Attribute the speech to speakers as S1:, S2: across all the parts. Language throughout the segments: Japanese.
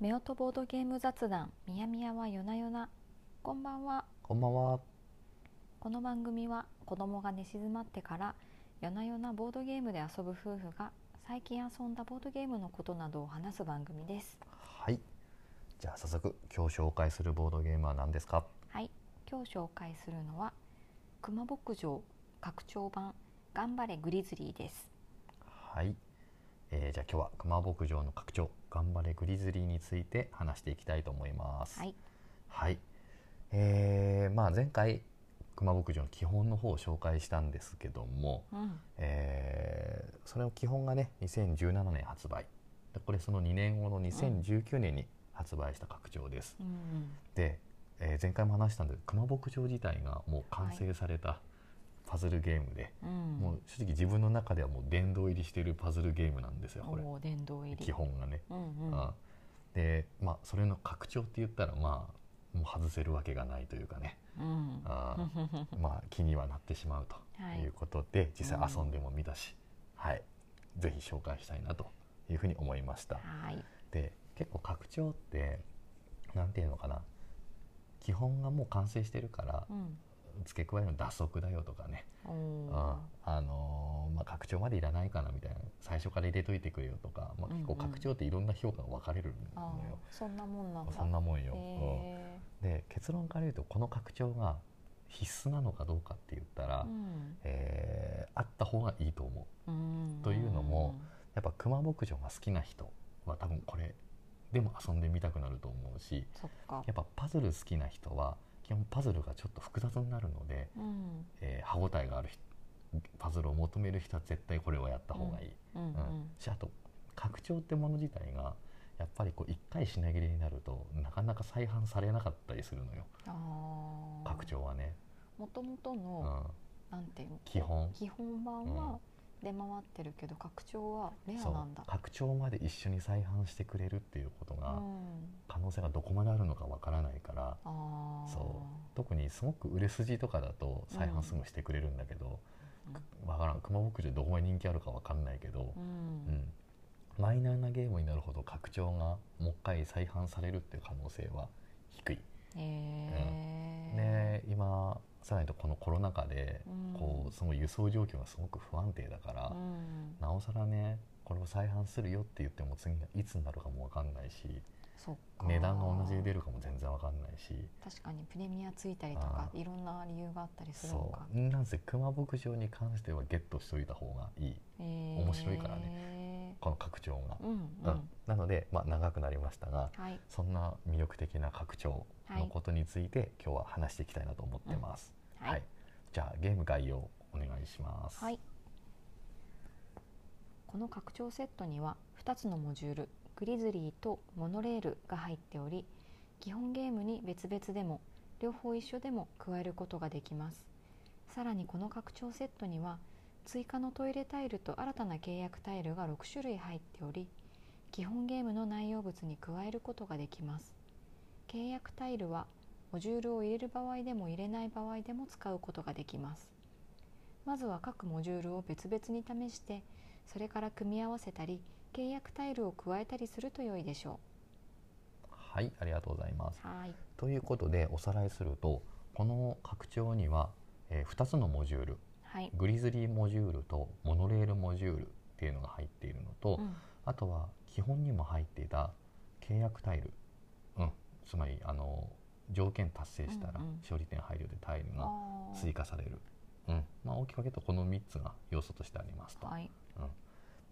S1: 夫とボードゲーム雑談みやみやは夜な夜なこんばんは
S2: こんばんは。
S1: この番組は子供が寝静まってから夜な夜なボードゲームで遊ぶ夫婦が最近遊んだボードゲームのことなどを話す番組です
S2: はい。じゃあ早速今日紹介するボードゲームは何ですか。
S1: はい今日紹介するのは熊牧場拡張版頑張れグリズリーです
S2: はい。えー、じゃあ今日は熊牧場の拡張頑張れグリズリーについて話していきたいと思います。
S1: はい。
S2: はい。えー、まあ前回熊牧場の基本の方を紹介したんですけども、
S1: うん
S2: えーそれの基本がね2017年発売。でこれその2年後の2019年に発売した拡張です。
S1: うん
S2: で、えー前回も話したんですけど熊牧場自体がもう完成されたパズルゲームで、
S1: うん
S2: もう正直自分の中ではもう殿堂入りしてるパズルゲームなんですよこれ
S1: おー殿堂入り
S2: 基本がね。
S1: うんうん
S2: うんでまあそれの拡張って言ったらまあもう外せるわけがないというかね、
S1: うん
S2: あーまあ気にはなってしまうということで、実際遊んでも見たし、はい、ぜひ紹介したいなというふうに思いました。
S1: はい
S2: で結構拡張ってなんていうのかな基本がもう完成してるから
S1: うん
S2: 付け加えるの脱足だよとかね、
S1: お
S2: う
S1: ー
S2: んあのーまあ、拡張までいらないかなみたいな最初から入れといてくれよとか、まあ、結構
S1: うんうん
S2: 拡張っていろんな評価が分かれるの
S1: あ
S2: よ、
S1: ーそんなもんなんだ
S2: そんなもんよ。うん
S1: へ
S2: で結論から言うとこの拡張が必須なのかどうかって言ったら、
S1: ーうん
S2: えーあった方がいいと思う。
S1: うん
S2: というのもやっぱ熊牧場が好きな人は多分これでも遊んでみたくなると思うし
S1: そっか
S2: やっぱパズル好きな人は基本パズルがちょっと複雑になるので、
S1: うん
S2: えー歯応えがある人パズルを求める人は絶対これをやった方がいい。
S1: うん
S2: うんしあと拡張ってもの自体がやっぱりこう一回品切れになるとなかなか再販されなかったりするのよ
S1: あ
S2: 拡張はね、
S1: もともと
S2: う
S1: の、
S2: ん、
S1: なんていうの
S2: 基本
S1: 基本版は出回ってるけど、拡張はレア
S2: そう
S1: なんだ
S2: 拡張まで一緒に再販してくれるっていうこと
S1: う
S2: が
S1: ん
S2: 可能性がどこまであるのかわからないから、
S1: あー
S2: そ特にすごく売れ筋とかだと再販すぐしてくれるんだけど、わからん熊牧場どこまで人気あるかわかんないけど
S1: う、
S2: うん
S1: ん
S2: マイナーなゲームになるほど拡張がもう一回再販されるっていう可能性は低い。
S1: へえ
S2: で今さらに言うとこのコロナ禍で、
S1: うん
S2: こうその輸送状況がすごく不安定だから、
S1: うん
S2: なおさらねこれを再販するよって言っても次がいつになるかもわかんないし
S1: そっか
S2: 値段が同じで出るかも全然わかんないし。
S1: 確かにプレミアついたりとかいろんな理由があったりするの
S2: そ
S1: か
S2: うなんせ熊牧場に関してはゲットしといた方がいい
S1: 面
S2: 白いから
S1: ね
S2: この拡張が、
S1: うんう
S2: うん
S1: ん
S2: なので、まあ、長くなりましたが
S1: はい
S2: そんな魅力的な拡張のことについて、今日は話していきたいなと思ってます、
S1: はいはい
S2: じゃあゲーム概要お願いします
S1: はい、この拡張セットには2つのモジュールグリズリーとモノレールが入っており基本ゲームに別々でも両方一緒でも加えることができますさらにこの拡張セットには追加のトイレタイルと新たな契約タイルが6種類入っており基本ゲームの内容物に加えることができます契約タイルはモジュールを入れる場合でも入れない場合でも使うことができますまずは各モジュールを別々に試してそれから組み合わせたり契約タイルを加えたりすると良いでしょ
S2: はい、ありがとうございます
S1: うはい
S2: ということでおさらいするとこの拡張には、え2つのモジュール
S1: はい、
S2: グリズリーモジュールとモノレールモジュールっていうのが入っているのと、
S1: うん
S2: あとは基本にも入っていた契約タイル、うん、つまりあの条件達成したら
S1: うんうん
S2: 勝利点配慮でタイルが
S1: あー
S2: 追加される、うんまあ、大きく分けるとこの3つが要素としてありますと。
S1: はい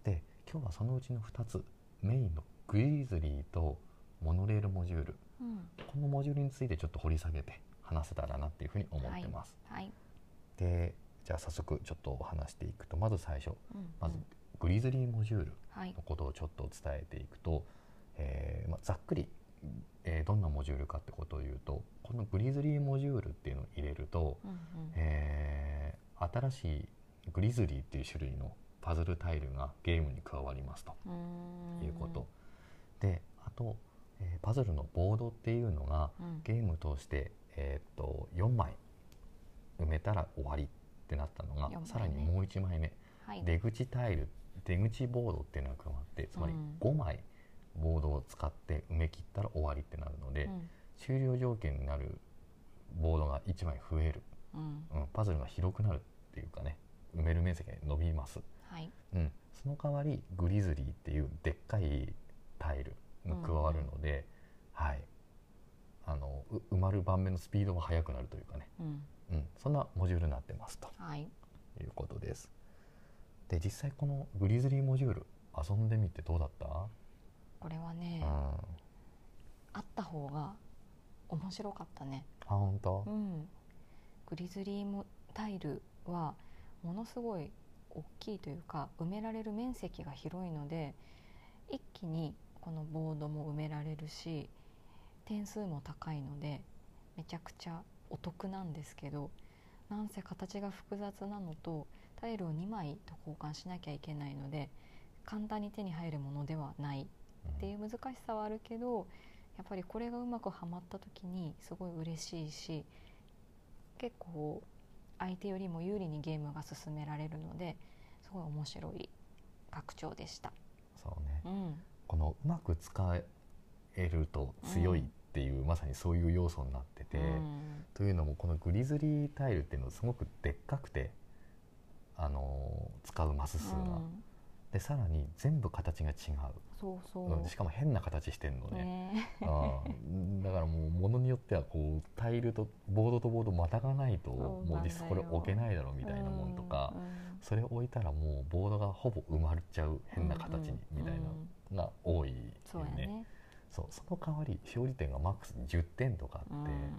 S2: で今日はそのうちの2つメインのグリズリーとモノレールモジュール
S1: うん
S2: このモジュールについてちょっと掘り下げて話せたらなっていうふうに思ってます。
S1: はい
S2: でじゃあ早速ちょっとお話していくとまず最初
S1: うんうん
S2: まずグリズリーモジュール
S1: はい
S2: のことをちょっと伝えていくと、えーまあ、ざっくり、えーどんなモジュールかってことを言うとこのグリズリーモジュールっていうのを入れると、
S1: うんうん
S2: えー新しいグリズリーっていう種類のパズルタイルがゲームに加わりますと
S1: うーん
S2: いうこと、であと、えーパズルのボードっていうのが
S1: うん
S2: ゲームを通して、えーっと4枚埋めたら終わりってなったのが、
S1: 四枚ね
S2: さらにもう1枚目
S1: はい
S2: 出口タイル出口ボードっていうのが加わってつまり
S1: うん
S2: 5枚ボードを使って埋め切ったら終わりってなるので、終了条件になるボードが1枚増える、
S1: うんうん
S2: うん、パズルが広くなるっていうかね埋める面積が伸びます、
S1: はい
S2: うん、その代わりグリズリーっていうでっかいタイルが加わるので、はいあのう埋まる盤面のスピードが速くなるというかね、
S1: うん
S2: うん、そんなモジュールになってますと
S1: はい
S2: いうことですで実際このグリズリーモジュール遊んでみてどうだった、
S1: これは
S2: う
S1: ね
S2: ん、あ
S1: あった方が面白かったね
S2: 本当
S1: うんグリズリーもタイルはものすごい大きいというか埋められる面積が広いので一気にこのボードも埋められるし点数も高いのでめちゃくちゃお得なんですけどなんせ形が複雑なのとタイルを2枚と交換しなきゃいけないので簡単に手に入るものではないっていう難しさはあるけどやっぱりこれがうまくはまった時にすごい嬉しいし結構相手よりも有利にゲームが進められるのですごい面白い拡張でした。
S2: そうね
S1: うん、
S2: このうまく使えると強いっていう、まさにそういう要素になってて、
S1: うん
S2: というのもこのグリズリータイルっていうのはすごくでっかくて、あのー使うマス数が、
S1: うん
S2: でさらに全部形が違
S1: そう
S2: う、
S1: そう、
S2: うんしかも変な形してんのね
S1: ね
S2: うんだからもうものによってはこうタイルとボードとボードまたがないと
S1: そう
S2: もう実際これ置けないだろうみたいなもんとか、
S1: うんうん
S2: それを置いたらもうボードがほぼ埋まっちゃう変な形にみたい
S1: うん
S2: なのが多いよね。
S1: そうやね
S2: そうその代わり勝利点がマックス10点とかあって、うん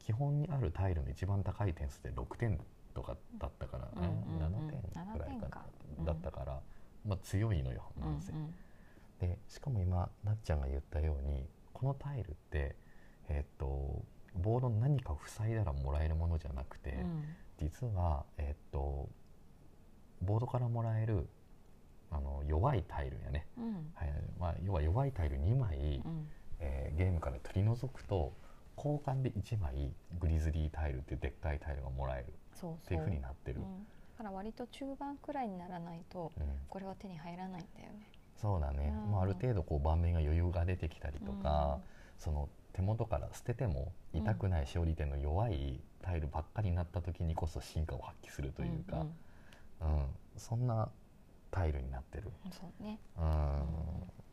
S2: 基本にあるタイルの一番高い点数で6点とかだったから、
S1: うんうんうん
S2: 7点ぐらい
S1: 7点
S2: か
S1: かう
S2: なんだったから、まあ、強いのよ
S1: う
S2: なんんせ。
S1: うん
S2: でしかも今なっちゃんが言ったようにこのタイルって、えーっとボードの何かを塞いだらもらえるものじゃなくて、
S1: うん
S2: 実は、えーっとボードからもらえるあの弱いタイルやね、
S1: うん
S2: はいまあ、要は弱いタイル2枚、
S1: うん
S2: えーゲームから取り除くと交換で1枚グリズリータイルっていうでっかいタイルがもらえる
S1: そう
S2: って
S1: そ
S2: いううふうになってる、
S1: うんだから割と中盤くらいにならないと
S2: うん
S1: これは手に入らないんだよね。
S2: そうだね、
S1: うん
S2: まあ、ある程度こう盤面が余裕が出てきたりとか、その手元から捨てても痛くない勝利点の弱いタイルばっかりになった時にこそ進化を発揮するというか、
S1: ん
S2: うんそんなタイルになってる。
S1: うんそうね。
S2: うん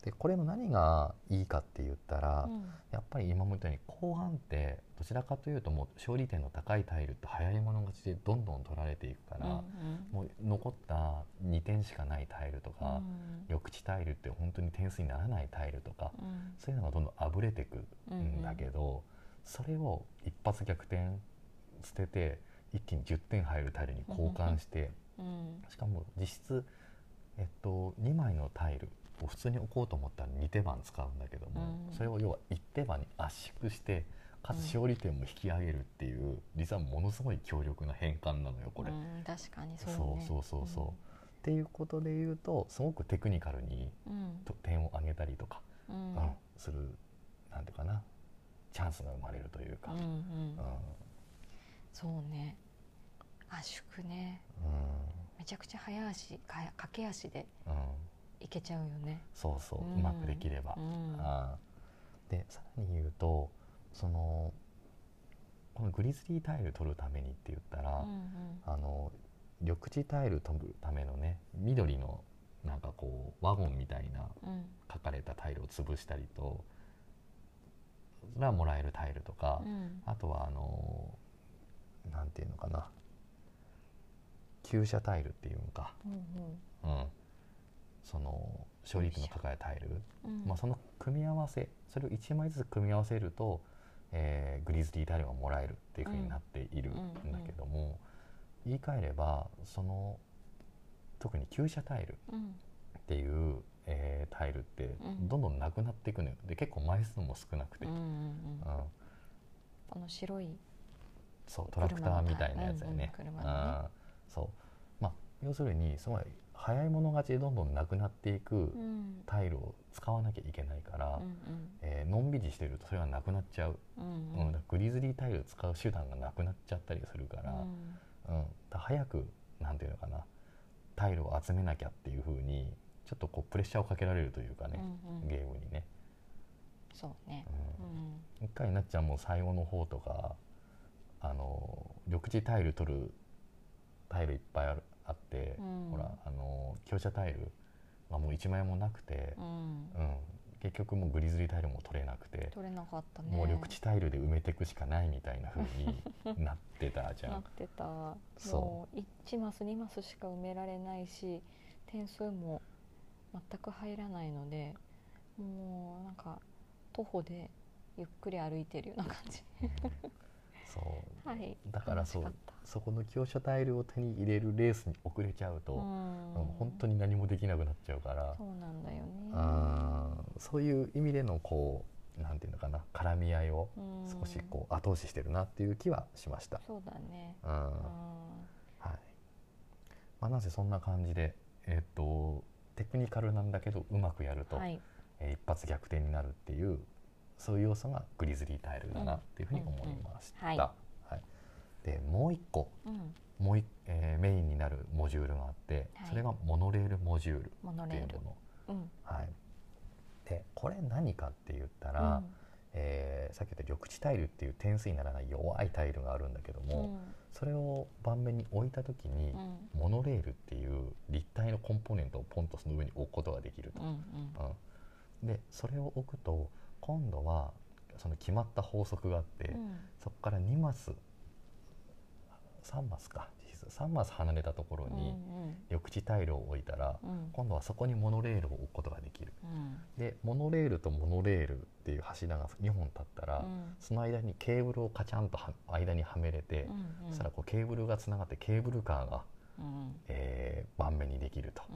S2: でこれの何がいいかって言ったら、
S1: うん
S2: やっぱり今も言ったように後半ってどちらかというともう勝利点の高いタイルって早い者勝ちでどんどん取られていくから、もう残った2点しかないタイルとか、緑地タイルって本当に点数にならないタイルとか、そういうのがどんどんあぶれてくんだけど、それを一発逆転捨てて一気に10点入るタイルに交換して、
S1: ど、うん
S2: しかも実質、えっと、2枚のタイルを普通に置こうと思ったら2手番使うんだけども、
S1: うん
S2: それを要は1手番に圧縮してかつ
S1: うん
S2: 勝利点も引き上げるっていう、実はものすごい強力な変換なのよこれ。
S1: うん確かにそ
S2: そうう
S1: ね。
S2: そうそうそう、っていうことで言うとすごくテクニカルに
S1: うん。
S2: と点を上げたりとか
S1: うん
S2: うん、するなんていうかなチャンスが生まれるというか、
S1: うんう
S2: うん
S1: んそうね。圧縮ね。めちゃくちゃ早足か駆け足で
S2: うんうん
S1: いけちゃうよね。
S2: そうそう、
S1: うん
S2: うまくできれば
S1: う、ん
S2: あーでさらに言うとそのこのグリズリータイル取るためにって言ったら、
S1: うん
S2: あの緑地タイル取るためのね緑のなんかこうワゴンみたいな
S1: うんうん
S2: 書かれたタイルを潰したりとそれはもらえるタイルとか、
S1: うん
S2: あとはあのなんていうのかな旧車タイルっていうのか、
S1: うん
S2: うん、その勝利率の高いタイル、
S1: うん
S2: まあ、その組み合わせそれを1枚ずつ組み合わせると、えーグリズリータイルがもらえるっていうふうになっているんだけども、言い換えればその特に旧車タイル
S1: うん
S2: っていう、えータイルって
S1: うん
S2: どんどんなくなっていくのよで結構枚数も少なくて、
S1: う
S2: うん
S1: うんんうんこの白い
S2: そうトラクターみたいなやつだよね。
S1: 車のタイルうんうん車の
S2: あーそうまあ要するにすごい早い者勝ちでどんどんなくなっていく
S1: うん
S2: タイルを使わなきゃいけないから、
S1: うん
S2: えーのんびりしてるとそれがなくなっちゃう、
S1: う
S2: うんんだからグリズリータイルを使う手段がなくなっちゃったりするから,、うんだから早くなんていうのかなタイルを集めなきゃっていうふうにちょっとこうプレッシャーをかけられるというかね、
S1: うんうん
S2: ゲームにね、
S1: そうね、
S2: う
S1: うんん、
S2: 一回なっちゃんも最後の方とかあの緑地タイル取るタイルいっぱいあるあって、
S1: うん
S2: ほらあの強者タイルがもう1枚もなくて
S1: う、ん
S2: うん結局もうグリズリータイルも取れなくて、
S1: 取れなかったね
S2: もう緑地タイルで埋めていくしかないみたいな風になってた じゃ
S1: なっ
S2: ん。
S1: てた
S2: そう
S1: もう1マス2マスしか埋められないし点数も全く入らないのでもうなんか徒歩でゆっくり歩いてるような感 じ
S2: うんそう
S1: はい
S2: だからそう
S1: 楽しかっ
S2: そこの強者タイルを手に入れるレースに遅れちゃう
S1: た
S2: と、
S1: うん
S2: うん本当に何もできなくなっちゃうから
S1: そうなんだよね
S2: うんそういう意味でのこうなんていうのかな絡み合いを
S1: うん
S2: 少しこう後押ししてるなっていう気はしました。
S1: そうだね
S2: うんは
S1: うん
S2: いまあ、なんせそんな感じで、えっとテクニカルなんだけどうまくやると、
S1: はい
S2: えー一発逆転になるっていうそういう要素がグリズリータイルだなっていうふうに思いまし
S1: うんうんうん
S2: た。
S1: は
S2: はいでもう一個
S1: うん
S2: もうい、えーメインになるモジュールがあって、
S1: はい
S2: それがモノレールモジュールっ
S1: モノ
S2: て
S1: レ
S2: いう
S1: ール
S2: もの。
S1: うん
S2: はい、でこれ何かって言った
S1: う
S2: ら、
S1: ん
S2: えーさっき言った緑地タイルっていう点数にならない弱いタイルがあるんだけど
S1: う
S2: も、
S1: ん
S2: それを盤面に置いた時に、
S1: うん
S2: モノレールっていう立体のコンポーネントをポンとその上に置くことができると
S1: う。んうん
S2: うん、でそれを置くと今度はその決まった法則があって、
S1: うん
S2: そこから2マス3マスか3マス離れたところに緑地タイルを置いたら、
S1: うんうん
S2: 今度はそこにモノレールを置くことができる。
S1: うん
S2: でモノレールとモノレールっていう柱が2本立ったら、
S1: うん
S2: その間にケーブルをカチャンとは間にはめれて、
S1: うんうん
S2: そしたらこうケーブルがつながってケーブルカーが、
S1: うん
S2: えー盤面にできると、
S1: うん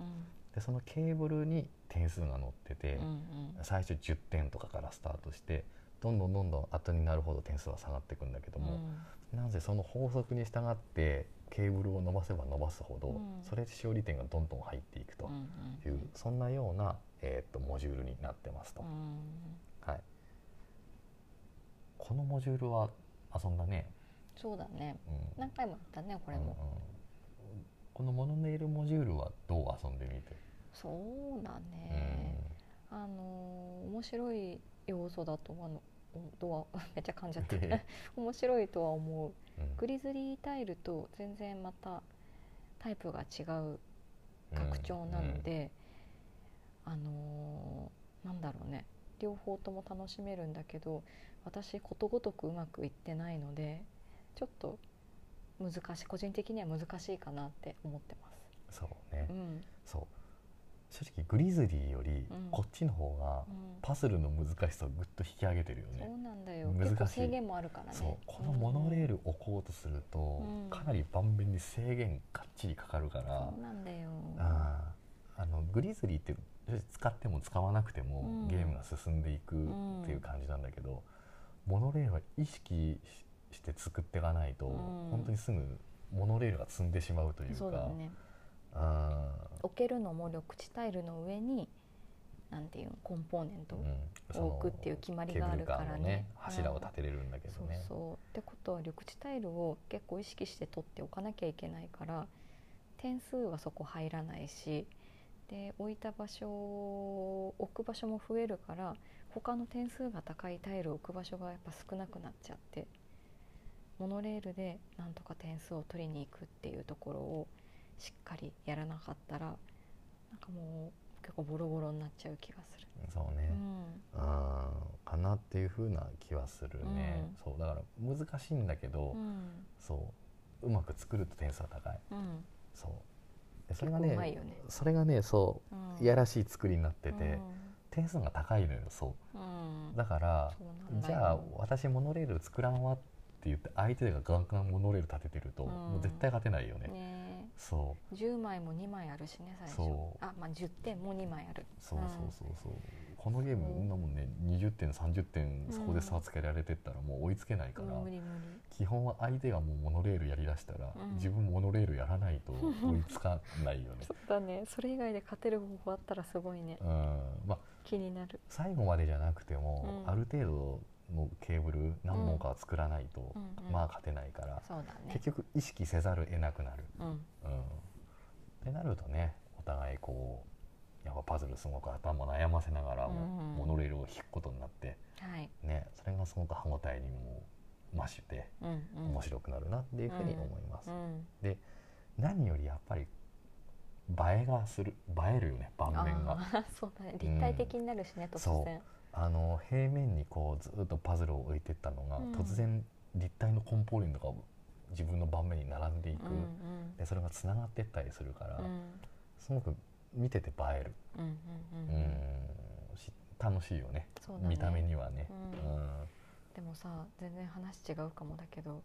S2: でそのケーブルに点数が載ってて、
S1: うんうん
S2: 最初10点とかからスタートしてどんどんどんどん後になるほど点数は下がっていくんだけども、なぜその法則に従ってケーブルを伸ばせば伸ばすほど、
S1: うん
S2: それで使用利点がどんどん入っていくと
S1: うん
S2: いう、そんなような、えーっとモジュールになってますと。
S1: うんうん
S2: はい、このモジュールは遊んだね、
S1: そうだね
S2: うん、
S1: 何回もやったねこれも、
S2: うんうんこのモノネイルモジュールはどう遊んでみて、
S1: そうだね、あのー面白い要素だとはのとはめっちゃ噛んじゃっ
S2: うん
S1: て面白いとは思う
S2: うん
S1: グリズリータイルと全然またタイプが違う拡張なの、で、あのーなんだろうね両方とも楽しめるんだけど私ことごとくうまくいってないのでちょっと難しい個人的には難しいかなって思ってます。
S2: うんそうね、
S1: うん
S2: そう正直グリズリーより
S1: うん
S2: こっちの方が
S1: うん
S2: パズルの難しさをぐっと引き上げてるよ
S1: そ
S2: ね、
S1: うなんだよ
S2: 難しい
S1: 結構制限もあるからね
S2: そうこのモノレー
S1: ル
S2: ル置こうとすると、
S1: うん
S2: かなり盤面に制限がっちりかかるから、
S1: そうなんだよ
S2: あーあのグリズリーって正直使っても使わなくても、
S1: うん
S2: ゲームが進んでいくっていう感じなんだけど、モノレールは意識しして作っていかないと、
S1: うん
S2: 本当にすぐモノレールが積んでしまうというか
S1: そうだね
S2: あー
S1: 置けるのも緑地タイルの上になんていうのコンポーネント、
S2: うんその
S1: 置くっていう決まりがあるからね
S2: ケーブルカーの柱を立てれるんだけ
S1: そ
S2: ど
S1: う
S2: ね。
S1: そうってことは緑地タイルを結構意識して取っておかなきゃいけないから点数はそこ入らないしで置いた場所置く場所も増えるから他の点数が高いタイルを置く場所がやっぱ少なくなっちゃってモノレールでなんとか点数を取りに行くっていうところをしっかりやらなかったらなんかもう結構ボロボロになっちゃう気がする。
S2: そうね、
S1: うん
S2: あーかなっていう風な気はするね、
S1: うん
S2: そうだから難しいんだけど、
S1: うん
S2: そううまく作ると点数は高い
S1: うん、
S2: そうでそれが
S1: 結構うまい
S2: ね
S1: よね
S2: それがねそう
S1: うん
S2: いやらしい作りになって
S1: う
S2: て、
S1: ん
S2: 点数が高いのよそ
S1: うん
S2: うだから
S1: そうなんだ
S2: じ
S1: よ
S2: ゃあ私モノレール作らんわって言って相手がガンガンモノレール立ててると、
S1: うん
S2: もう絶対勝てないよね、
S1: ね
S2: そ
S1: え10枚も2枚あるしね最初
S2: そう
S1: あまあ10点も2枚ある
S2: うそう
S1: うん
S2: そうそうそう、このゲームそんなもんね20点30点そこで差つけられてったらもう追いつけないから、
S1: 無理無
S2: 基本は相手がもうモノレールやりだしたら、
S1: うん
S2: 自分モノレールやらないと追いつかないよね
S1: 理そうだねそれ以外で勝てる方法あったらすごいね
S2: うんまあ
S1: 気になる
S2: 最後までじゃなくても、
S1: うん
S2: ある程度のケーブル何本かは作らないと、
S1: うんうん
S2: まあ勝てないから、
S1: そうだね
S2: 結局意識せざるを得なくなる、
S1: うん
S2: うん、ってなるとねお互いこうやっぱパズルすごく頭悩ませながらも
S1: うん
S2: モノレールを引くことになって、
S1: はい、
S2: ね、それがすごく歯応えにも増して
S1: うんうん、
S2: 面白くなるなっていうふうに思います。
S1: うん、
S2: 何よりやっぱり映えがする映えるよね盤面が。
S1: あー そうだね立体的になるしね、突然
S2: あの平面にこうずっとパズルを置いてったのが、
S1: うん
S2: 突然立体のコンポーネントが自分の盤面に並んでいく、
S1: うん
S2: でそれがつながってったりするから、
S1: うん
S2: すごく見てて映える、
S1: うんうん
S2: う
S1: うん
S2: ん
S1: うん
S2: し楽しいよね
S1: そうだね
S2: 見た目にはね、
S1: うんでもさ全然話違うかもだけど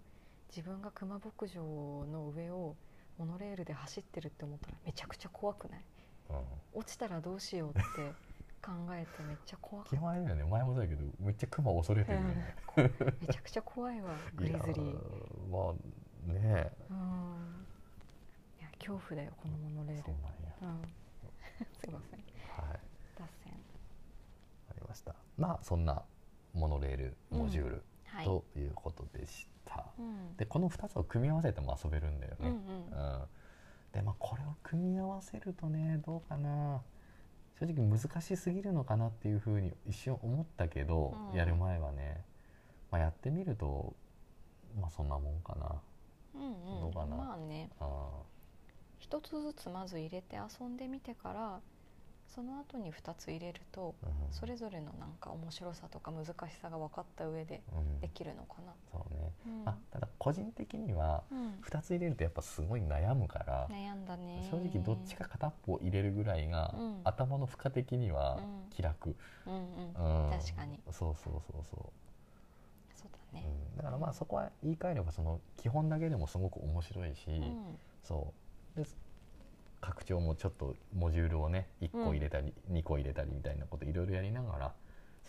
S1: 自分が熊牧場の上をモノレールで走ってるって思ったらめちゃくちゃ怖くない
S2: うんうん
S1: 落ちたらどうしようって考えてめっちゃ怖か
S2: 気
S1: っ
S2: 前だよね前もそうだけどめっちゃクマ恐れて
S1: た、
S2: る
S1: う
S2: よ
S1: ん
S2: ね、
S1: こめちゃくちゃ怖いわグリズ
S2: いや
S1: リーうん
S2: ーまあね
S1: いや恐怖だよこのモノレー
S2: え
S1: ル
S2: そうなんや
S1: うん すいません
S2: はい
S1: 脱線
S2: ありましたまあそんなモノレール
S1: うん
S2: モジュール、
S1: はい
S2: ということでした。
S1: うん
S2: でこの2つを組み合わせても遊べるんだよ
S1: うんう
S2: ね。うん
S1: ん
S2: でまあこれを組み合わせるとねどうかな正直難しすぎるのかなっていうふうに一瞬思ったけど、
S1: うん
S2: やる前はね、まあ、やってみるとまあそんなもんかな。
S1: うん
S2: ど
S1: うん
S2: うかな
S1: まあね
S2: あ
S1: 一つずつまず入れて遊んでみてからその後に2つ入れると
S2: ーうん、
S1: それぞれのなんか面白さとか難しさが分かった上で
S2: うん
S1: できるのかな。
S2: そうね、
S1: うん
S2: あただ個人的には
S1: うん
S2: 2つ入れるとやっぱすごい悩むから、
S1: 悩んだね
S2: 正直どっちか片っぽ入れるぐらいが、
S1: うん
S2: 頭の負荷的には
S1: うん
S2: 気楽、
S1: うんうん
S2: うん
S1: 確かに
S2: そうそうそうそう
S1: そうだ
S2: う
S1: ね、
S2: ん、だからまあそこは言い換えればその基本だけでもすごく面白いし、
S1: うん
S2: そうで拡張もちょっとモジュールをね1
S1: うん
S2: 個入れたり、2個入れたりみたいなこといろいろやりながら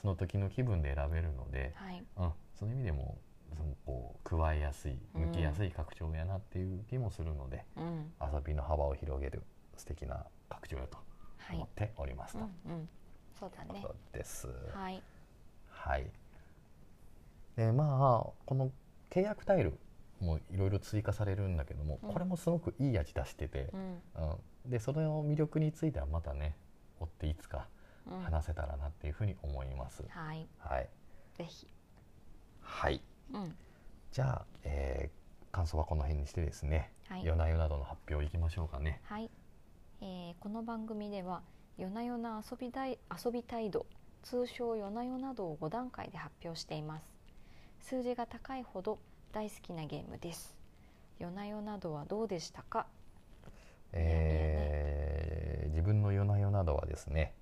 S2: その時の気分で選べるので、
S1: はい
S2: うん、その意味でもそのこう加えやすい
S1: うん
S2: 向きやすい拡張やなっていう気もするので、
S1: うん
S2: 遊びの幅を広げる素敵な拡張やと
S1: は
S2: 思
S1: い
S2: っております
S1: うん
S2: と、
S1: うんそうだね
S2: ことです。
S1: はい
S2: はい。でまあこの契約タイルもいろいろ追加されるんだけども、
S1: うん
S2: これもすごくいい味出してて
S1: う、ん
S2: うんでその魅力についてはまたね追っていつか
S1: うん
S2: 話せたらなっていうふうに思います。
S1: はい
S2: はい、
S1: ぜひ
S2: はい、
S1: うん
S2: じゃあ、えー感想はこの辺にしてですね、
S1: はい
S2: 夜な夜などの発表いきましょうかね。
S1: はい、えーこの番組では夜な夜な遊びたい遊び態度通称夜な夜などを5段階で発表しています数字が高いほど大好きなゲームです夜な夜などはどうでしたか
S2: えー自分の夜な夜などはですね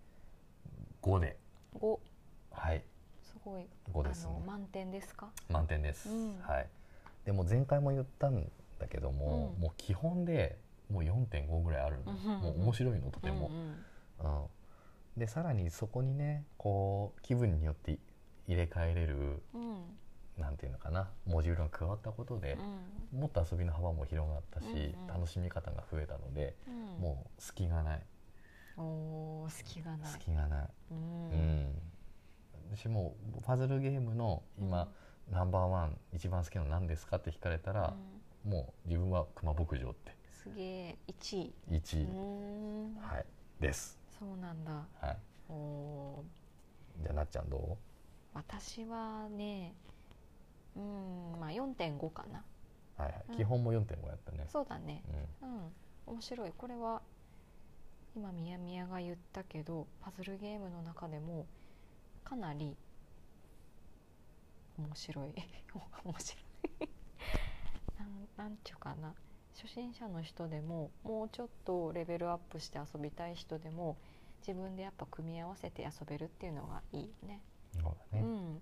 S2: 5で
S1: 5
S2: はい
S1: すごい
S2: 5です
S1: あ
S2: ね
S1: の。満点ですか
S2: 満点です、
S1: うん
S2: はいでも前回も言ったんだけども、
S1: うん
S2: もう基本でもう4.5ぐらいある
S1: う
S2: の、
S1: ん
S2: もう面白いのとても
S1: う、ん
S2: うんでさらにそこにねこう気分によって入れ替えれる
S1: うんうん
S2: なんていうのかなモジュールが加わったことで
S1: う、ん
S2: もっと遊びの幅も広がったし、
S1: うんうん
S2: 楽しみ方が増えたので、
S1: うん
S2: もう隙がない
S1: うんおー隙がない
S2: 隙がない、
S1: う
S2: うんん私もうパズルゲームの今、ナンバーワン一番好きなの何ですかって聞かれた
S1: うん
S2: ら、もう自分は熊牧場って
S1: すげえ1位
S2: 1
S1: う
S2: 位、
S1: ーん
S2: はい、です、
S1: そうなんだ
S2: はい、
S1: おー
S2: じゃあなっちゃんど
S1: 私はねうんまあ4.5かな
S2: う、はいはい
S1: うん
S2: 基本も4.5やったね
S1: そうだね
S2: うん
S1: うん面白いこれは今みやみやが言ったけどパズルゲームの中でもかなり面白い 面白い なんなんちゅうかな初心者の人でももうちょっとレベルアップして遊びたい人でも自分でやっぱ組み合わせて遊べるっていうのがいいよね。
S2: そうだね、
S1: うん、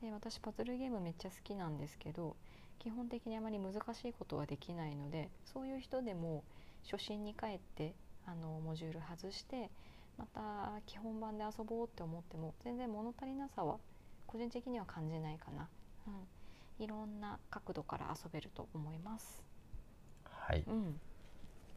S1: で私パズルゲームめっちゃ好きなんですけど基本的にあまり難しいことはできないのでそういう人でも初心に帰ってあのモジュール外してまた基本版で遊ぼうって思っても全然物足りなさは個人的には感じないかな、うん、いろんな角度から遊べると思います。
S2: はい
S1: うん、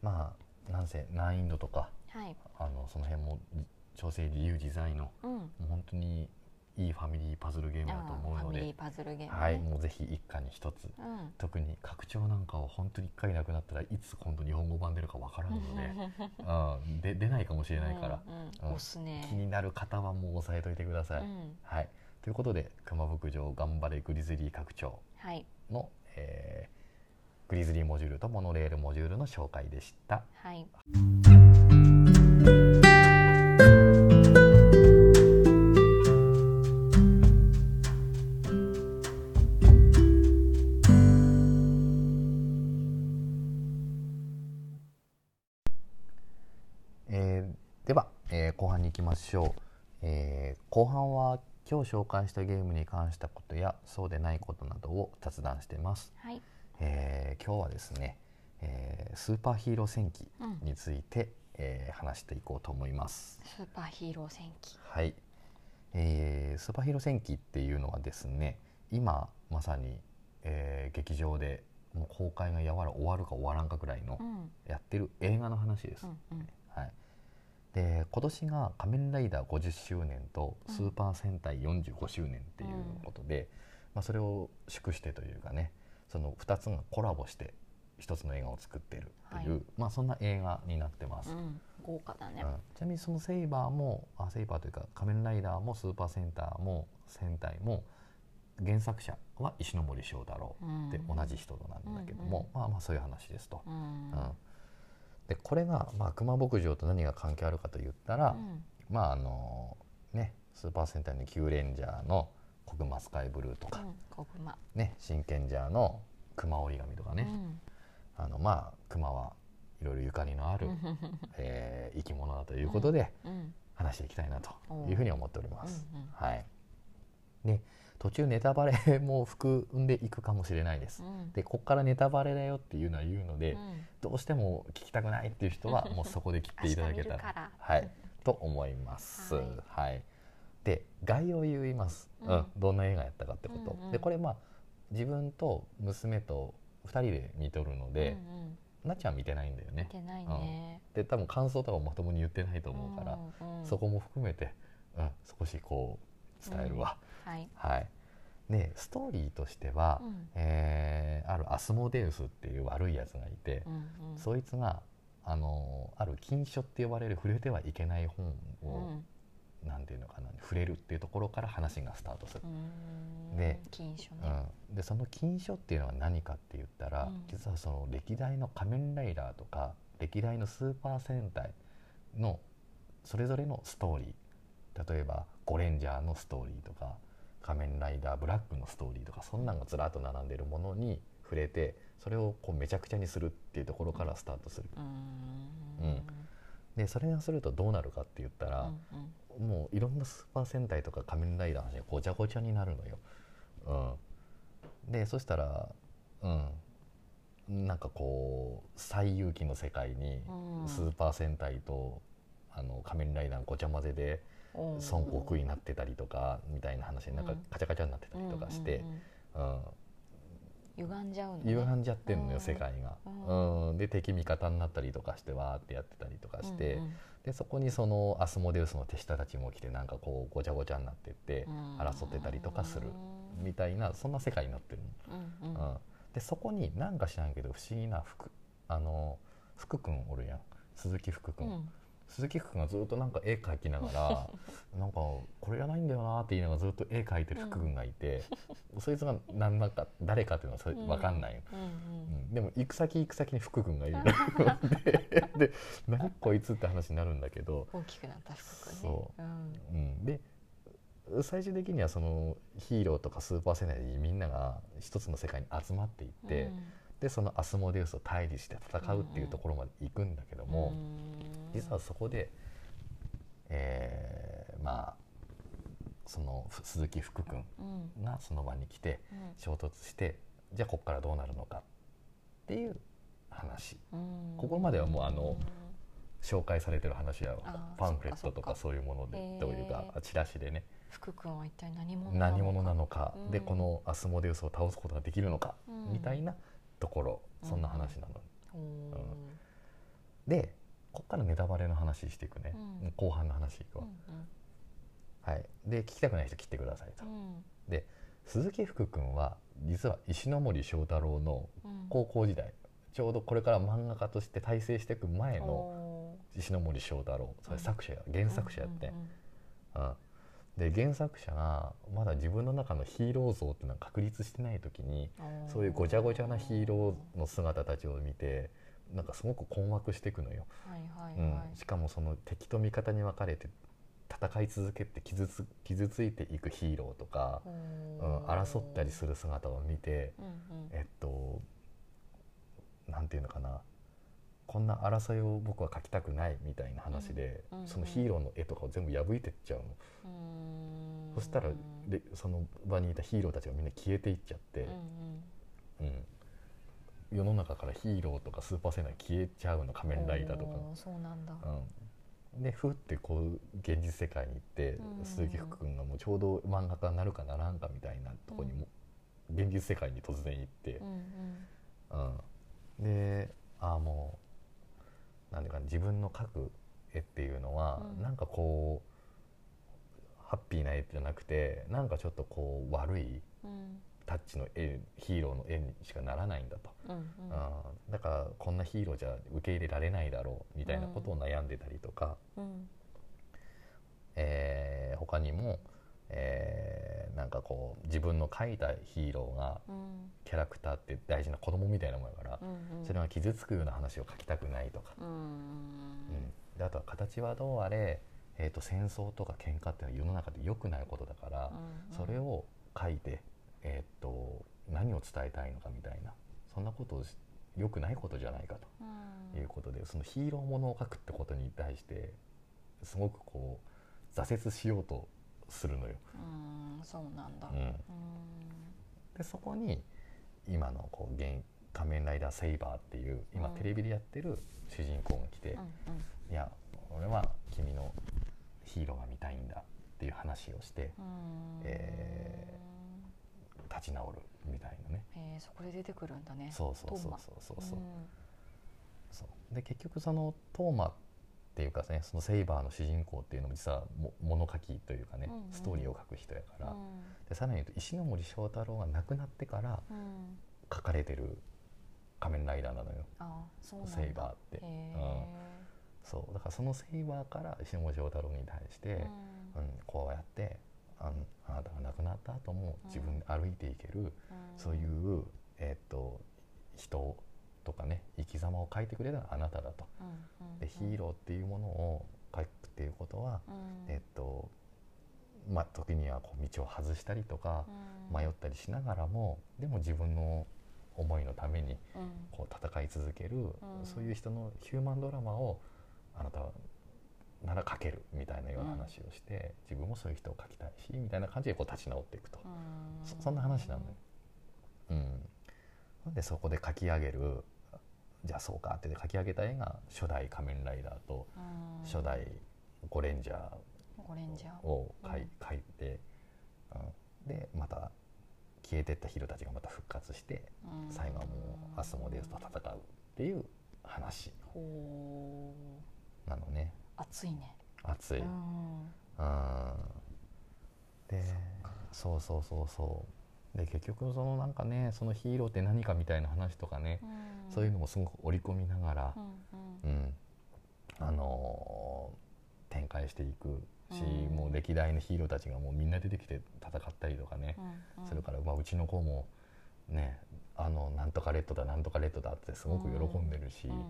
S2: まあなんせ難易度とか
S1: はい、
S2: あのその辺もじ調整自由自在の
S1: うん、
S2: もう本当にいいファミリーパズルゲームだと思う
S1: あーファ
S2: の
S1: ミ
S2: で、
S1: リーパズルゲーム、ね
S2: はい、もうぜひ一家に一つ
S1: うん
S2: 特に拡張なんかは本当に一回なくなったらいつ今度日本語版出るかわからんので うんで出ないかもしれないから、
S1: うん
S2: う
S1: うんん、押すね
S2: 気になる方はもう押さえといてください。
S1: うん、
S2: はい、ということで熊牧場頑張れグリズリー拡張
S1: はい
S2: の、えーグリズリーモジュールとモノレールモジュールの紹介でした。
S1: はい
S2: えーでは、えー後半に行きましょう、えー後半は今日紹介したゲームに関したことやそうでないことなどを雑談してます、
S1: はい、
S2: えー今日はですね、えースーパーヒーロー戦記
S1: うん、
S2: について、えー話していこうと思います
S1: スーパーヒーロー戦記
S2: はい、えースーパーヒーロー戦記っていうのはですね今まさに、えー劇場でもう公開がやわら終わるか終わらんかぐらいの
S1: うんうん
S2: やってる映画の話です、
S1: うん
S2: はい、で今年が「仮面ライダー」50周年と「
S1: うん
S2: スーパー戦隊45周年」っていうことで、まあ、それを祝してというかねその2つがコラボして1つの映画を作ってるっていう、
S1: は
S2: まあ、そんな映画になってます。
S1: う
S2: うん
S1: ん豪華だね
S2: ちなみにそのセイバーもあセイバーというか仮面ライダーもスーパーセンターも戦隊も原作者は石ノ森章太郎
S1: うん
S2: で同じ人なんだけども、まあまあそういう話ですと。
S1: うん
S2: うんでこれが、まあ、熊牧場と何が関係あるかと言ったら、
S1: うん
S2: まああのねスーパー戦隊のキューレンジャーの「コグマスカイブルー」とか、
S1: うん小熊
S2: ね真剣ジャーの「熊折り紙」とかね、あのまあ熊はいろいろゆかりのあ
S1: う
S2: る、
S1: ん
S2: えー生き物だということで
S1: うん
S2: 話していきたいなというふうに思っております。
S1: うんうん
S2: はい、で途中ネタバレも含んでいくかもしれないです。
S1: うん
S2: でここからネタバレだよっていうのは言うので、
S1: うん
S2: どうしても聞きたくないっていう人はもうそこで切っていただけた
S1: 明日見るからら
S2: はいと思います。は
S1: はいい、
S2: で概要を言います、う
S1: うんん
S2: どんな映画やったかってこと、
S1: うんうん
S2: でこれまあ自分と娘と2人で見とるの
S1: う、
S2: で
S1: んうん
S2: なっちゃんは見てないんだよ
S1: 見
S2: ね。
S1: てないね
S2: で多分感想とかもまともに言ってないと思うから、
S1: んん
S2: そこも含めて、うん、少しこう伝えるわ。
S1: はい
S2: はい、でストーリーとしては、
S1: うん
S2: えーあるアスモデウスっていう悪いやつがいて、
S1: うんうん
S2: そいつがあのある禁書って呼ばれる触れてはいけない本
S1: う
S2: を、
S1: ん
S2: なんていうのかな触れるっていうところから話がスタートする
S1: う、ん
S2: で
S1: 禁書
S2: う
S1: ね
S2: ん、でその禁書っていうのは何かって言ったら、
S1: うん
S2: 実はその歴代の仮面ライダーとか歴代のスーパー戦隊のそれぞれのストーリー例えば「ゴレンジャー」のストーリーとか「仮面ライダーブラック」のストーリーとかそんなんがずらっと並んでるものに触れてそれをこうめちゃくちゃにするっていうところからスタートする。
S1: うん
S2: うんでそれをするとどうなるかって言った
S1: う
S2: ら
S1: ん、うん
S2: もういろんなスーパー戦隊とか仮面ライダーの話がごちゃごちゃになるのよ。うん、でそしたら、うん、なんかこう最勇気の世界に
S1: うん
S2: スーパー戦隊と、あの仮面ライダーのごちゃ混ぜで
S1: おー
S2: 孫悟空になってたりとかみたいな話になんか
S1: うん
S2: カチャカチャになってたりとかして
S1: うんうんうん
S2: うん
S1: 歪んじゃうのね
S2: 歪んじゃってんの
S1: う
S2: よ
S1: ん
S2: 世界が。
S1: う
S2: うん、で敵味方になったりとかしてわーってやってたりとかして。
S1: うん
S2: でそこにそのアスモデウスの手下たちも来てなんかこうごちゃごちゃになってって
S1: うん
S2: 争ってたりとかする
S1: うん
S2: みたいなそんな世界になってる
S1: うん
S2: の、うんでそこになんか知らんけど不思議な福あの福君おるやん鈴木福
S1: う
S2: 君、
S1: んうん
S2: 鈴木福君がずっとなんか絵描きなが らなんかこれじゃないんだよなって言いながらずっと絵描いてる福君がいて、そいつが何だか誰かっていうのはそれ
S1: うん
S2: 分かんないよ、
S1: うんうん
S2: うんでも行く先行く先に福君 がいるでで何こいつって話になるんだけど、
S1: 大きくなった福君ね
S2: そ
S1: うん
S2: うん、で最終的にはそのヒーローとかスーパー世代でみんなが一つの世界に集まっていって、でそのアスモデウスと対峙して戦うっていうところまで行くんだけど
S1: うん
S2: も、
S1: うん
S2: 実はそこで、えーまあそのふ鈴木福君
S1: うん
S2: がその場に来て
S1: うん
S2: 衝突してじゃあここからどうなるのかっていう話
S1: うん
S2: ここまではもうあの
S1: ん
S2: 紹介されてる話や
S1: あー
S2: パンフレットとか
S1: そ
S2: そういうもの
S1: へー
S2: でというかチラシでね
S1: 福君は一体何者なのか
S2: 何者なのか、
S1: うん
S2: でこのアスモデウスを倒すことができるのか、
S1: うん
S2: みたいなところそんな話なの、
S1: おー
S2: でこっからネタバレの話していくね、
S1: うん
S2: 後半の話いくわ、
S1: うん
S2: はい、で聞きたくない人切ってくださいと、鈴木福君は実は石ノ森章太郎の高校時代ちょうどこれから漫画家として大成していく前の石ノ森章太郎それ作者や原作者やって、うんで原作者がまだ自分の中のヒーロー像っていうのは確立してない時にそういうごちゃごちゃなヒーローの姿たちを見てなんかすごく困惑していくのよ、
S1: ーはいは
S2: う
S1: い
S2: ん
S1: はい、
S2: しかもその敵と味方に分かれて戦い続けて傷つ傷ついていくヒーローとか、うん、争ったりす
S1: る、
S2: る姿を見て
S1: うんうん
S2: えっとなんていうのかなこんな争いを僕は描きたくないみたいな話で、
S1: うんうんうん
S2: そのヒーローの絵とかを全部破いてっちゃうの、
S1: うーん
S2: そしたらでその場にいたヒーローたちがみんな消えていっちゃっ
S1: う
S2: て
S1: ん、うん
S2: うん世の中からヒーローとかスーパーセナ消えちゃうの仮面ライダーとか、
S1: おーそうなんだ、
S2: うん、でふってこう現実世界に行って、
S1: うん
S2: 鈴木福君がもうちょうど漫画家になるかならんかみたいなとこにも、現実世界に突然行って。
S1: うんうん
S2: うん、でああもうなんていうかな自分の描く絵っていうのは、
S1: うん
S2: なんかこうハッピーな絵じゃなくてなんかちょっとこう悪い
S1: うん
S2: タッチの絵ヒーローの絵にしかならないんだと、
S1: うん
S2: うんだからこんなヒーローじゃ受け入れられないだろうみたいなことを悩んでたりとか、
S1: うんうん
S2: えー他にも、えーなんかこう自分の描いたヒーローが
S1: うん
S2: キャラクターって大事な子供みたいなもんやから、
S1: うん
S2: それは傷つくような話を書きたくないとか、
S1: うん
S2: うんであとは形はどうあれ、えー、と戦争とか喧嘩っていうのは世の中で良くないことだから、それ
S1: を
S2: を書いて、えー、と何を伝えたいのかみたいなそんなことをし良くないことじゃないかということで、そのヒーローものを書くってことに対してすごくこう挫折しようとするのよ。
S1: うんそうなんだ
S2: うんでそこに今のこう現仮面ライダーセイバーっていう今
S1: うん
S2: テレビでやってる主人公が来て、いや俺は君のヒーローが見たいんだっていう話をしてえ立ち直るみたいなね
S1: えそこで出てくるんだね
S2: そうそうそう
S1: トーマ
S2: そうそうそうそうで結局そのトーマっていうかねそのセイバーの主人公っていうのも実はも物書きというかね、
S1: うんうん
S2: ストーリーを書く人やか
S1: う
S2: ら、
S1: ん
S2: でさらに言うと石ノ森章太郎が亡くなってから
S1: うん
S2: 書かれてる仮面ライダーなのよ
S1: あそうなんだ
S2: セイバーって
S1: へえ
S2: そうだからそのセイバーから石ノ森章太郎に対して、
S1: うん
S2: うん、こうやってあんあなたが亡くなった後も
S1: うん
S2: 自分で歩いていける、そうい、う、えー、と人とかね生き様を書いてくれたのはあなただと。
S1: うんうんうん
S2: でヒーローっていうものを書くっていうことは、
S1: うん
S2: えっとまあ、時にはこう道を外したりとか
S1: うん
S2: 迷ったりしながらもでも自分の思いのために
S1: うん
S2: こう戦い続ける、
S1: ん
S2: そういう人のヒューマンドラマをあなたなら書けるみたいなような話をして、自分もそういう人を書きたいしみたいな感じでこう立ち直っていくと、
S1: うん
S2: そそんな話なのよ。うん、なんでそこで書き上げるじゃあそうかって言って書き上げた絵が初代「仮面ライダー」と
S1: うん
S2: 初代「ゴレンジャー」
S1: ゴレンジャー
S2: を書い,、
S1: うん
S2: 書いて、うん、でまた消えてったヒーローたちがまた復活して
S1: うん
S2: 最後はもうアスモデウスと戦うっていう話
S1: ほ
S2: なのね
S1: う熱いね
S2: 熱い、う、
S1: うんん
S2: でそうそうそうそうで結局そのなんかねそのヒーローって何かみたいな話とかね、そういうのもすごく織り込みながら
S1: う、んうん
S2: うんあのー展開していくし、
S1: うん
S2: もう歴代のヒーローたちがもうみんな出てきて戦ったりとかね、
S1: うんうん
S2: それから、まあ、うちの子もねあのなんとかレッドだなんとかレッドだってすごく喜んでるし、
S1: うんうん
S2: う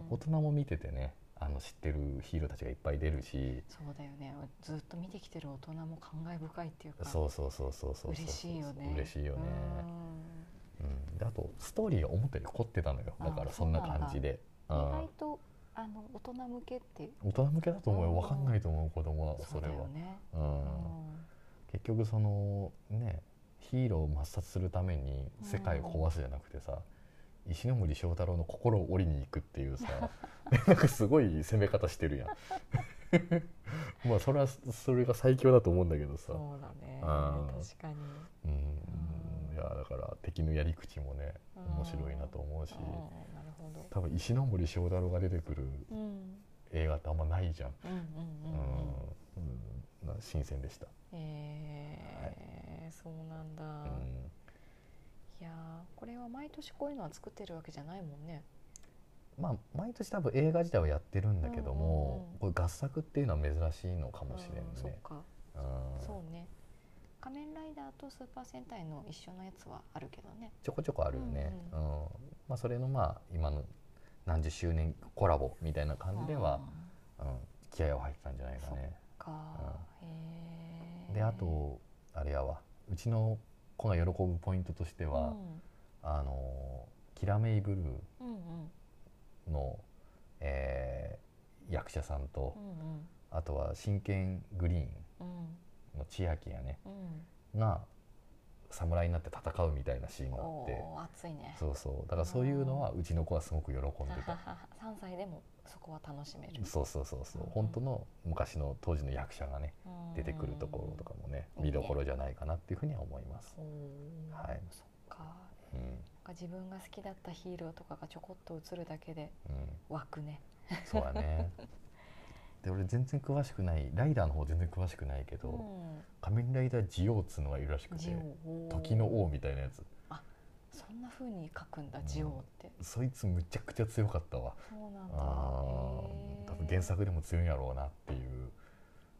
S2: ん大人も見ててねあの知ってるヒーローたちがいっぱい出るし、
S1: そうだよねずっと見てきてる大人も感慨深いっていうか
S2: そうそうそうそうそうそう
S1: 嬉しいよね
S2: 嬉しいよね、
S1: うん
S2: うん、であとストーリーが思ったより凝ってたのよだから
S1: あ
S2: そんな感じで、う
S1: 意
S2: ん
S1: 外とあの大人向けって
S2: 大人向けだと思う
S1: うん
S2: よ分かんないと思う子供は
S1: そ
S2: そうれ
S1: だ
S2: は
S1: よね
S2: う、
S1: うん
S2: 結局そのねヒーローを抹殺するために世界を壊すじゃなくてさ、石ノ森章太郎の心を折りに行くってい うさなんかすごい攻め方してるやん まあそれはそれが最強だと思うんだけどさう
S1: そうだね
S2: うん
S1: 確かに
S2: んいやだから敵のやり口もね面白いなと思うし、
S1: うんなるほど
S2: 多分石ノ森章太郎が出てくる
S1: うん
S2: 映画ってあんまないじゃん
S1: うんうんうん
S2: う
S1: うん
S2: んな新鮮でした。
S1: えーそうなんだ、
S2: うん
S1: いやーこれは毎年こういうのは作ってるわけじゃないもんね
S2: まあ、毎年多分映画自体はやってるんだけども、
S1: うん
S2: これ合作っていうのは珍しいのかもしれ
S1: うん
S2: ん
S1: そっ
S2: ね。
S1: か
S2: うん
S1: そうね仮面ライダーとスーパー戦隊の一緒のやつはあるけどね
S2: ちょこちょこあるよね。
S1: う
S2: うんまあ、それのまあ今の何十周年コラボみたいな感じでは、うん、気合は入ってたんじゃないかね。
S1: あーかへー
S2: であとあれやわうちの子が喜ぶポイントとしては、あのキラメイブル
S1: うんうんうん
S2: ーの、えー役者さんと、
S1: うん
S2: あとは真剣グリーン
S1: うん
S2: の千秋やね
S1: うん
S2: が侍になって戦うみたいなシーンがあ
S1: お
S2: って
S1: ー熱いね
S2: そうそうだからそういうのはうちの子はすごく喜んで た
S1: 3歳でもそこは楽しめる
S2: そうそうそうそう
S1: うん
S2: 本当の昔の当時の役者がね
S1: うん
S2: 出てくるところとかもね
S1: うん
S2: 見どころじゃないかなっていうふうには思います
S1: お、ー
S2: はい
S1: そっか
S2: うん
S1: なんか自分が好きだったヒーローとかがちょこっと映るだけで
S2: うん、
S1: 湧くね
S2: そうだねで俺全然詳しくないライダーの方全然詳しくないけど、仮面ライダージオウっつうのがいるらし
S1: うん
S2: く
S1: ジ
S2: て
S1: オウ
S2: 時の王みたいなやつ
S1: そんな風に書くんだ
S2: うん
S1: ジオウって、
S2: そいつむちゃくちゃ強かったわ
S1: そうなんだ
S2: あ
S1: へ
S2: ー
S1: ー
S2: 多分原作でも強いんやろうなっていう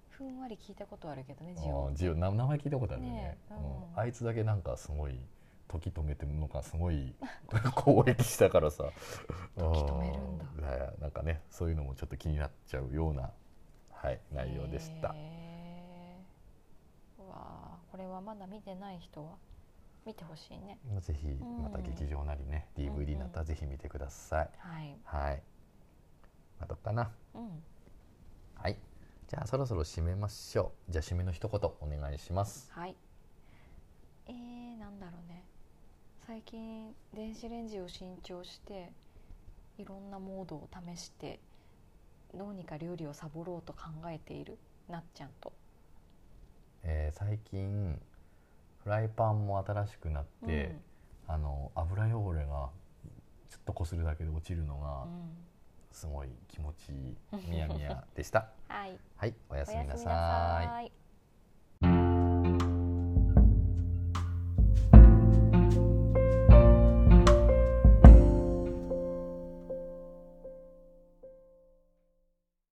S1: ふんわり聞いたことあるけどねジオ
S2: あ
S1: ウ
S2: ージオ名名前聞いたことあるよね
S1: ねえ
S2: うん
S1: うん
S2: あいつだけなんかすごい時止めてるのがすごい 攻撃したからさ
S1: 時止めるんだ
S2: うんねなんかねそういうのもちょっと気になっちゃうような、はい、内容でした、
S1: へーうわあこれはまだ見てない人は見てほしいね
S2: ぜひまた劇場なりね、
S1: うんう
S2: DVD
S1: ん
S2: なったらぜひ見てください、
S1: はい
S2: はいまあどっかな
S1: うん
S2: はいじゃあそろそろ締めましょうじゃあ締めの一言お願いします
S1: はいえー、なんだろうね最近電子レンジを新調していろんなモードを試してどうにか料理をサボろうと考えているなっちゃんと
S2: えー最近フライパンも新しくなって、あの油汚れがちょっとこするだけで落ちるの
S1: う
S2: が
S1: んうん
S2: すごい気持ちいい、みやみやでした
S1: はい
S2: はいおや
S1: お
S2: す
S1: や
S2: み
S1: すみ
S2: な
S1: な
S2: さい
S1: さい